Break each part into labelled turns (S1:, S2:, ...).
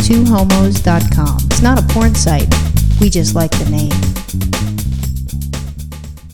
S1: twohomos.com. It's not a porn site. We just like the name.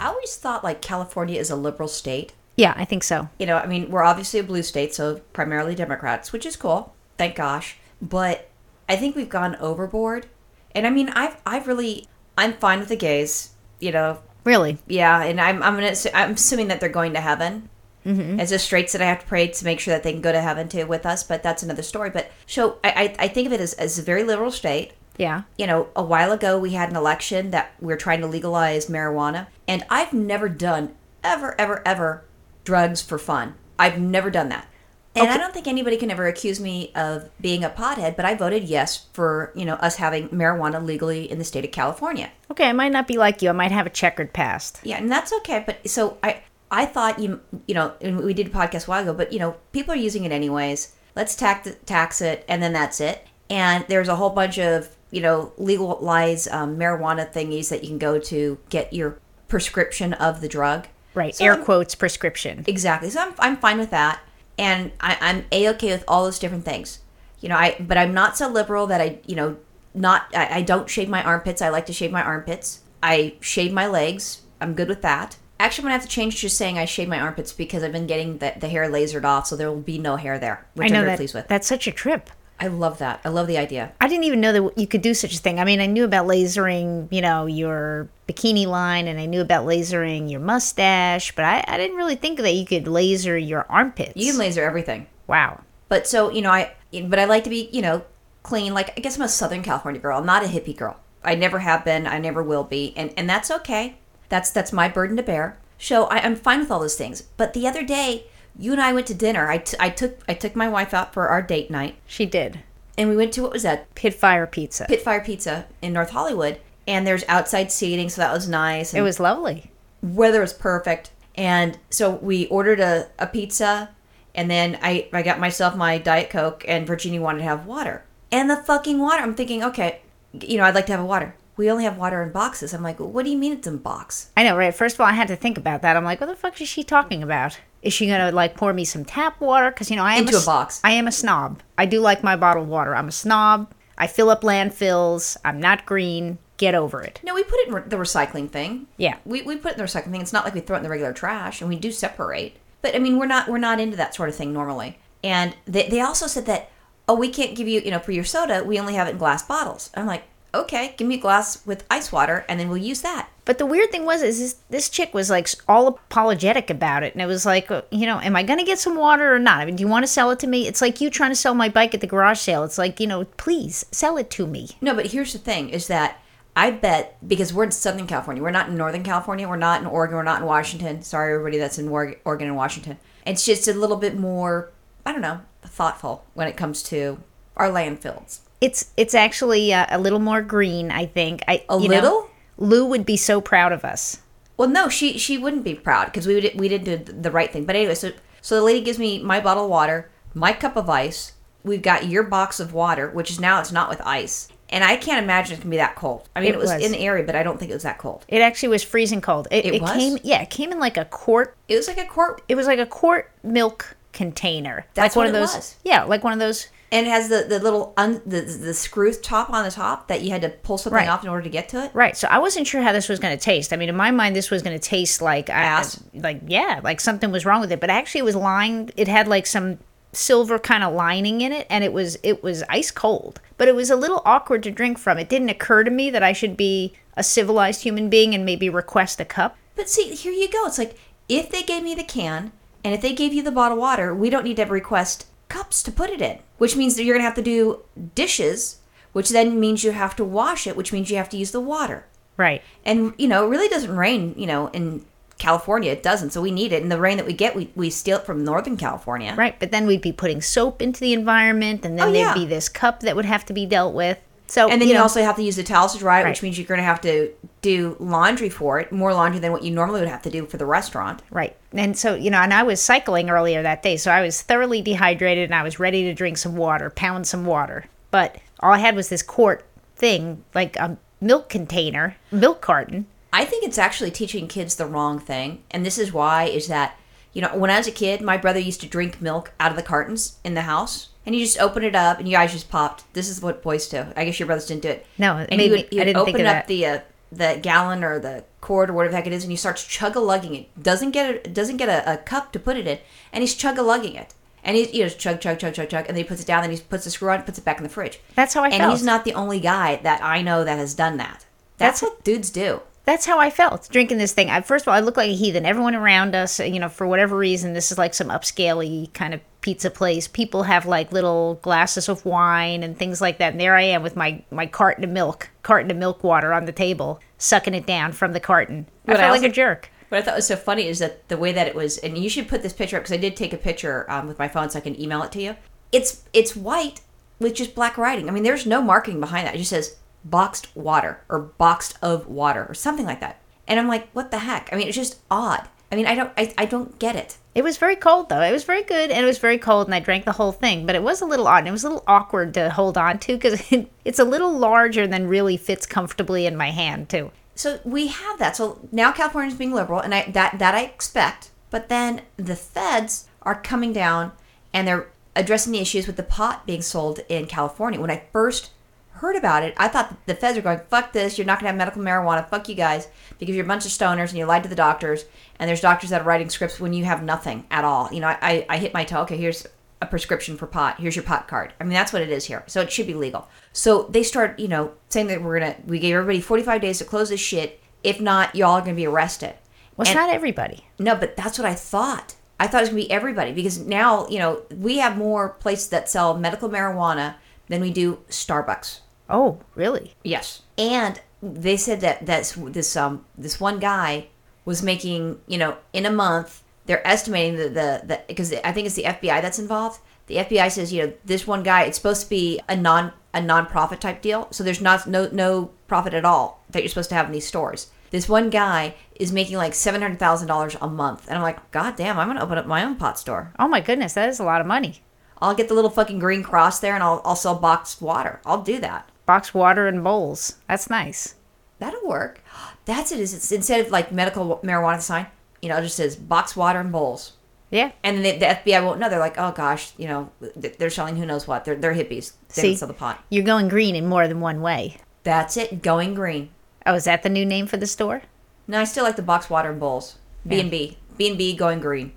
S2: I always thought like California is a liberal state.
S1: Yeah, I think so.
S2: You know, I mean, we're obviously a blue state, so primarily Democrats, which is cool. Thank gosh. But I think we've gone overboard. And I mean, I've I've really I'm fine with the gays. You know,
S1: Really?
S2: yeah, and I'm I'm gonna assu- I'm assuming that they're going to heaven. Mm-hmm. It's just straights that I have to pray to make sure that they can go to heaven too with us, but that's another story. But so I I, I think of it as, as a very liberal state
S1: Yeah.
S2: you know, a while ago we had an election that we are trying to legalize marijuana, and I've never done ever, ever, ever drugs for fun. I've never done that. And I don't think anybody can ever accuse me of being a pothead, but I voted yes for, you know, us having marijuana legally in the state of California.
S1: Okay, I might not be like you. I might have a checkered past.
S2: Yeah, and that's okay. But so I, I thought you, you know, and we did a podcast a while ago. But you know, people are using it anyways. Let's tax tax it, and then that's it. And there's a whole bunch of you know legalized um, marijuana thingies that you can go to get your prescription of the drug.
S1: Right.
S2: So
S1: Air
S2: I'm-
S1: quotes prescription.
S2: Exactly. So I'm, I'm fine with that. And I, I'm a okay with all those different things. You know, I but I'm not so liberal that I, you know, not I, I don't shave my armpits. I like to shave my armpits. I shave my legs. I'm good with that. Actually, I'm gonna have to change to just saying I shave my armpits because I've been getting the, the hair lasered off, so there will be no hair there,
S1: I
S2: which
S1: know
S2: I'm very
S1: that.
S2: pleased with.
S1: That's such a trip.
S2: I love that. I love the idea.
S1: I didn't even know that you could do such a thing. I mean, I knew about lasering, you know, your bikini line, and I knew about lasering your mustache, but I, I didn't really think that you could laser your armpits.
S2: You can laser everything.
S1: wow.
S2: But so you know, I but I like to be you know clean. Like I guess I'm a Southern California girl. I'm not a hippie girl. I never have been. I never will be. And and that's okay. That's that's my burden to bear. So I, I'm fine with all those things. But the other day, you and I went to dinner. I, t- I took I took my wife out for our date night,
S1: She did.
S2: and we went to what was that
S1: Pit fire pizza.
S2: Pitfire Pizza in North Hollywood. And there's outside seating, so that was nice.
S1: It
S2: And
S1: was lovely.
S2: weather was perfect and so we ordered a, a pizza and then I, I got myself my diet coke and virginia wanted to have water and the fucking water i'm thinking okay you know i'd like to have a water we only have water in boxes i'm like what do you mean it's in box
S1: I know, right? First of all, I had to think about that. I'm like, what the fuck is she talking about? Is she gonna like pour me some tap water? Because you know, I am
S2: Into a
S1: s-
S2: box.
S1: I am a snob. I do like my bottled water. I'm a snob. I fill up landfills. I'm not green. Get over it.
S2: no we put it in re- the recycling thing
S1: Yeah.
S2: we, we put it in the recycling thing it's not like we throw it in the regular trash and we do separate but i mean we're not we're not into that sort of thing normally and they, they also said that oh we can't give you you know for your soda we only have it in glass bottles i'm like okay give me a glass with ice water and then we'll use that
S1: But the weird thing was, is this, this chick was like all apologetic about it, and it was like, uh, you know, am I going to get some water or not? I mean, do you want to sell it to me? It's like you trying to sell my bike at the garage sale. It's like, you know, please sell it to me.
S2: No, but here's the thing is that I bet because we're in Southern California, we're not in Northern California, we're not in Oregon, we're not in Washington. Sorry, everybody that's in Wor- Oregon and Washington. It's just a little bit more, I don't know, thoughtful when it comes to our landfills.
S1: It's it's actually uh, a little more green, I think. I
S2: A
S1: you know,
S2: little?
S1: Lou would be so proud of us.
S2: Well, no, she she wouldn't be proud because we did, we did do the right thing. But anyway, so so the lady gives me my bottle of water, my cup of ice. We've got your box of water, which is now it's not with ice, and I can't imagine it can be that cold. I mean, it,
S1: It
S2: was,
S1: was.
S2: in the area, but I don't think it was that cold.
S1: It actually was freezing cold. It,
S2: It was?
S1: came, yeah, it came in like a quart.
S2: It was like a quart
S1: It was like a quart milk container.
S2: That's
S1: like one
S2: what
S1: of
S2: it
S1: those.
S2: was.
S1: Yeah, like one of those.
S2: And it has the, the little un, the, the screw top on the top that you had to pull something
S1: Right.
S2: off in order to get to it.
S1: Right. So I wasn't sure how this was going to taste. I mean, in my mind, this was going to taste like I-
S2: Ass.
S1: like yeah, like something was wrong with it. But actually, it was lined. It had like some silver kind of lining in it, and it was it was ice cold. But it was a little awkward to drink from. It didn't occur to me that I should be a civilized human being and maybe request a cup.
S2: But see, here you go. It's like if they gave me the can and if they gave you the bottle of water, we don't need to request cups to put it in, which means that you're going to have to do dishes, which then means you have to wash it, which means you have to use the water.
S1: Right.
S2: And, you know, it really doesn't rain, you know, in California. It doesn't. So we need it. And the rain that we get, we, we steal it from Northern California.
S1: Right. But then we'd be putting soap into the environment, and then
S2: Oh,
S1: there'd
S2: yeah.
S1: be this cup that would have to be dealt with. So
S2: And then you,
S1: know,
S2: also have to use the towels to dry it,
S1: Right.
S2: which means you're going to have to do laundry for it, more laundry than what you normally would have to do for the restaurant.
S1: Right. And so, you know, and I was cycling earlier that day, so I was thoroughly dehydrated and I was ready to drink some water, pound some water. But all I had was this quart thing, like a milk container, milk carton.
S2: I think it's actually teaching kids the wrong thing. And this is why is that, you know, when I was a kid, my brother used to drink milk out of the cartons in the house. and you just open it up, and your eyes just popped. This is what boys do. I guess your brothers didn't do it.
S1: No, it
S2: and
S1: made
S2: you
S1: me-
S2: would, you
S1: I
S2: would
S1: didn't
S2: open
S1: think of
S2: up
S1: that.
S2: the uh, the gallon or the quart or whatever the heck it is, and he starts chug a lugging it. Doesn't get a, doesn't get a, a cup to put it in, and he's chug a lugging it. And he's you know chug chug chug chug chug, and then he puts it down, then he puts the screw on, puts it back in the fridge.
S1: That's how I
S2: and
S1: felt.
S2: he's not the only guy that I know that has done that. That's,
S1: That's-
S2: what dudes do.
S1: That's how I felt drinking this thing. I, first of all, I look like a heathen. Everyone around us, you know, for whatever reason, this is like some upscaley kind of pizza place. People have like little glasses of wine and things like that. And there I am with my my carton of milk, carton of milk water on the table, sucking it down from the carton.
S2: What
S1: I
S2: I
S1: felt
S2: also-
S1: like a jerk.
S2: What I thought was so funny is that the way that it was, and you should put this picture up because I did take a picture um, with my phone so I can email it to you. It's it's white with just black writing. I mean, there's no marking behind that. It just says boxed water or boxed of water or something like that. And I'm like, what the heck? I mean, it's just odd. I mean, I don't I, I don't get it.
S1: It was very cold though. It was very good and it was very cold and I drank the whole thing, but it was a little odd and it was a little awkward to hold on to because it's a little larger than really fits comfortably in my hand too.
S2: So we have that. So now California's being liberal, and I that that I expect. But then the feds are coming down, and they're addressing the issues with the pot being sold in California. When I first heard about it, I thought that the feds were going, "Fuck this! You're not going to have medical marijuana. Fuck you guys, because you're a bunch of stoners and you lied to the doctors." And there's doctors that are writing scripts when you have nothing at all. You know, I I, I hit my toe. Okay, here's a prescription for pot. Here's your pot card. I mean, that's what it is here. So it should be legal. So they start, you know, saying that we're gonna we gave everybody 45 days to close this shit. If not, y'all are gonna be arrested.
S1: Well, it's
S2: And-
S1: not everybody.
S2: No, but that's what I thought. I thought it was gonna be everybody because now you know we have more places that sell medical marijuana than we do Starbucks.
S1: Oh, really?
S2: Yes. And they said that that's this um this one guy was making you know in a month they're estimating the the the because I think it's the FBI that's involved. The FBI says you know this one guy it's supposed to be a non a non-profit type deal so there's not no no profit at all that you're supposed to have in these stores. This one guy is making like seven hundred thousand dollars a month, and I'm like, God damn, I'm gonna open up my own pot store.
S1: Oh my goodness, that is a lot of money.
S2: I'll get the little fucking green cross there, and I'll I'll sell boxed water. I'll do that.
S1: Box water and bowls. That's nice.
S2: That'll work. That's it. Is it's instead of like medical marijuana sign, you know, it just says box water and bowls.
S1: Yeah.
S2: And then the, the FBI won't know. They're like, oh gosh, you know, th- they're selling who knows what. They're they're hippies. They
S1: See,
S2: don't sell the pot.
S1: you're going green in more than one way.
S2: That's it. Going green.
S1: Oh, is that the new name for the store?
S2: No, I still like the box water and bowls. B and B. B and B going green.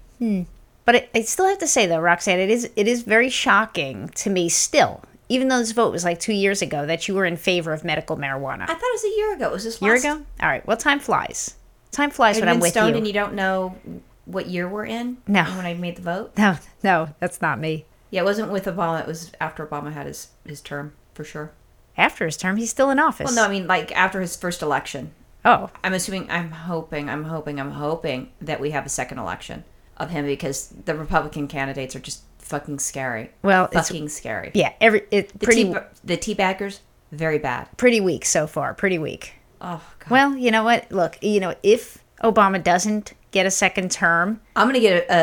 S1: But I, I still have to say though, Roxanne, it is it is very shocking to me still, even though this vote was like two years ago, that you were in favor of medical marijuana.
S2: I thought it was a year ago. It was this
S1: year
S2: last-
S1: ago? All right. Well, time flies. Time flies
S2: I've
S1: when I'm
S2: been
S1: with
S2: stoned
S1: you.
S2: and you don't know what year we're in.
S1: No.
S2: When I made the vote.
S1: No, no, that's not me.
S2: Yeah, it wasn't with Obama. It was after Obama had his his term for sure.
S1: After his term, he's still in office.
S2: Well, no, I mean like after his first election.
S1: Oh,
S2: I'm assuming, I'm hoping, I'm hoping, I'm hoping that we have a second election of him because the Republican candidates are just fucking scary.
S1: Well, it's-
S2: fucking scary.
S1: yeah. Every it
S2: the
S1: pretty
S2: tea, the tea baggers, very bad.
S1: pretty weak so far. Pretty weak.
S2: Oh god.
S1: Well, you know what? Look, you know, if Obama doesn't get a second term,
S2: I'm gonna get a,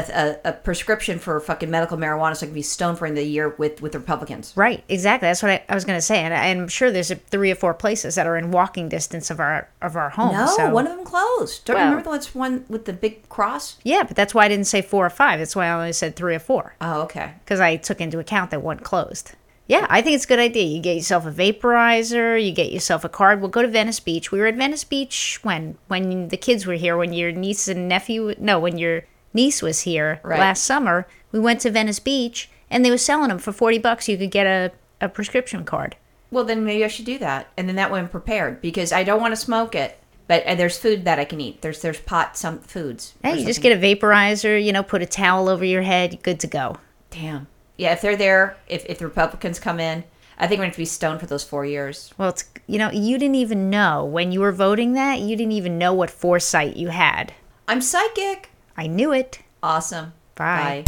S2: a, a prescription for fucking medical marijuana so I can be stoned for the year with with Republicans.
S1: right? Exactly. That's what I, I was going to say, and I, I'm sure there's a, three or four places that are in walking distance of our of our home.
S2: No,
S1: so-
S2: one of them closed. Don't you
S1: Well-
S2: remember the one's one with the big cross?
S1: yeah, but that's why I didn't say four or five. That's why I only said three or four
S2: Oh, okay.
S1: because I took into account that one closed. Yeah, I think it's a good idea. You get yourself a vaporizer, you get yourself a card. We'll go to Venice Beach. We were at Venice Beach when when the kids were here, when your niece and nephew, no, when your niece was here
S2: Right.
S1: last summer. We went to Venice Beach and they were selling them for 40 bucks. You could get a, a prescription card.
S2: Well, then maybe I should do that, and then that way I'm prepared because I don't want to smoke it. But uh, there's food that I can eat. There's there's pot some foods. or
S1: Hey, you just
S2: something.
S1: get a vaporizer, you know, put a towel over your head, good to go.
S2: Damn. Yeah, if they're there, if, if the Republicans come in, I think we're going to have to be stoned for those four years.
S1: Well, it's, you know, you didn't even know when you were voting that, you didn't even know what foresight you had.
S2: I'm psychic.
S1: I knew it.
S2: Awesome.
S1: Bye.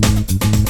S2: Bye.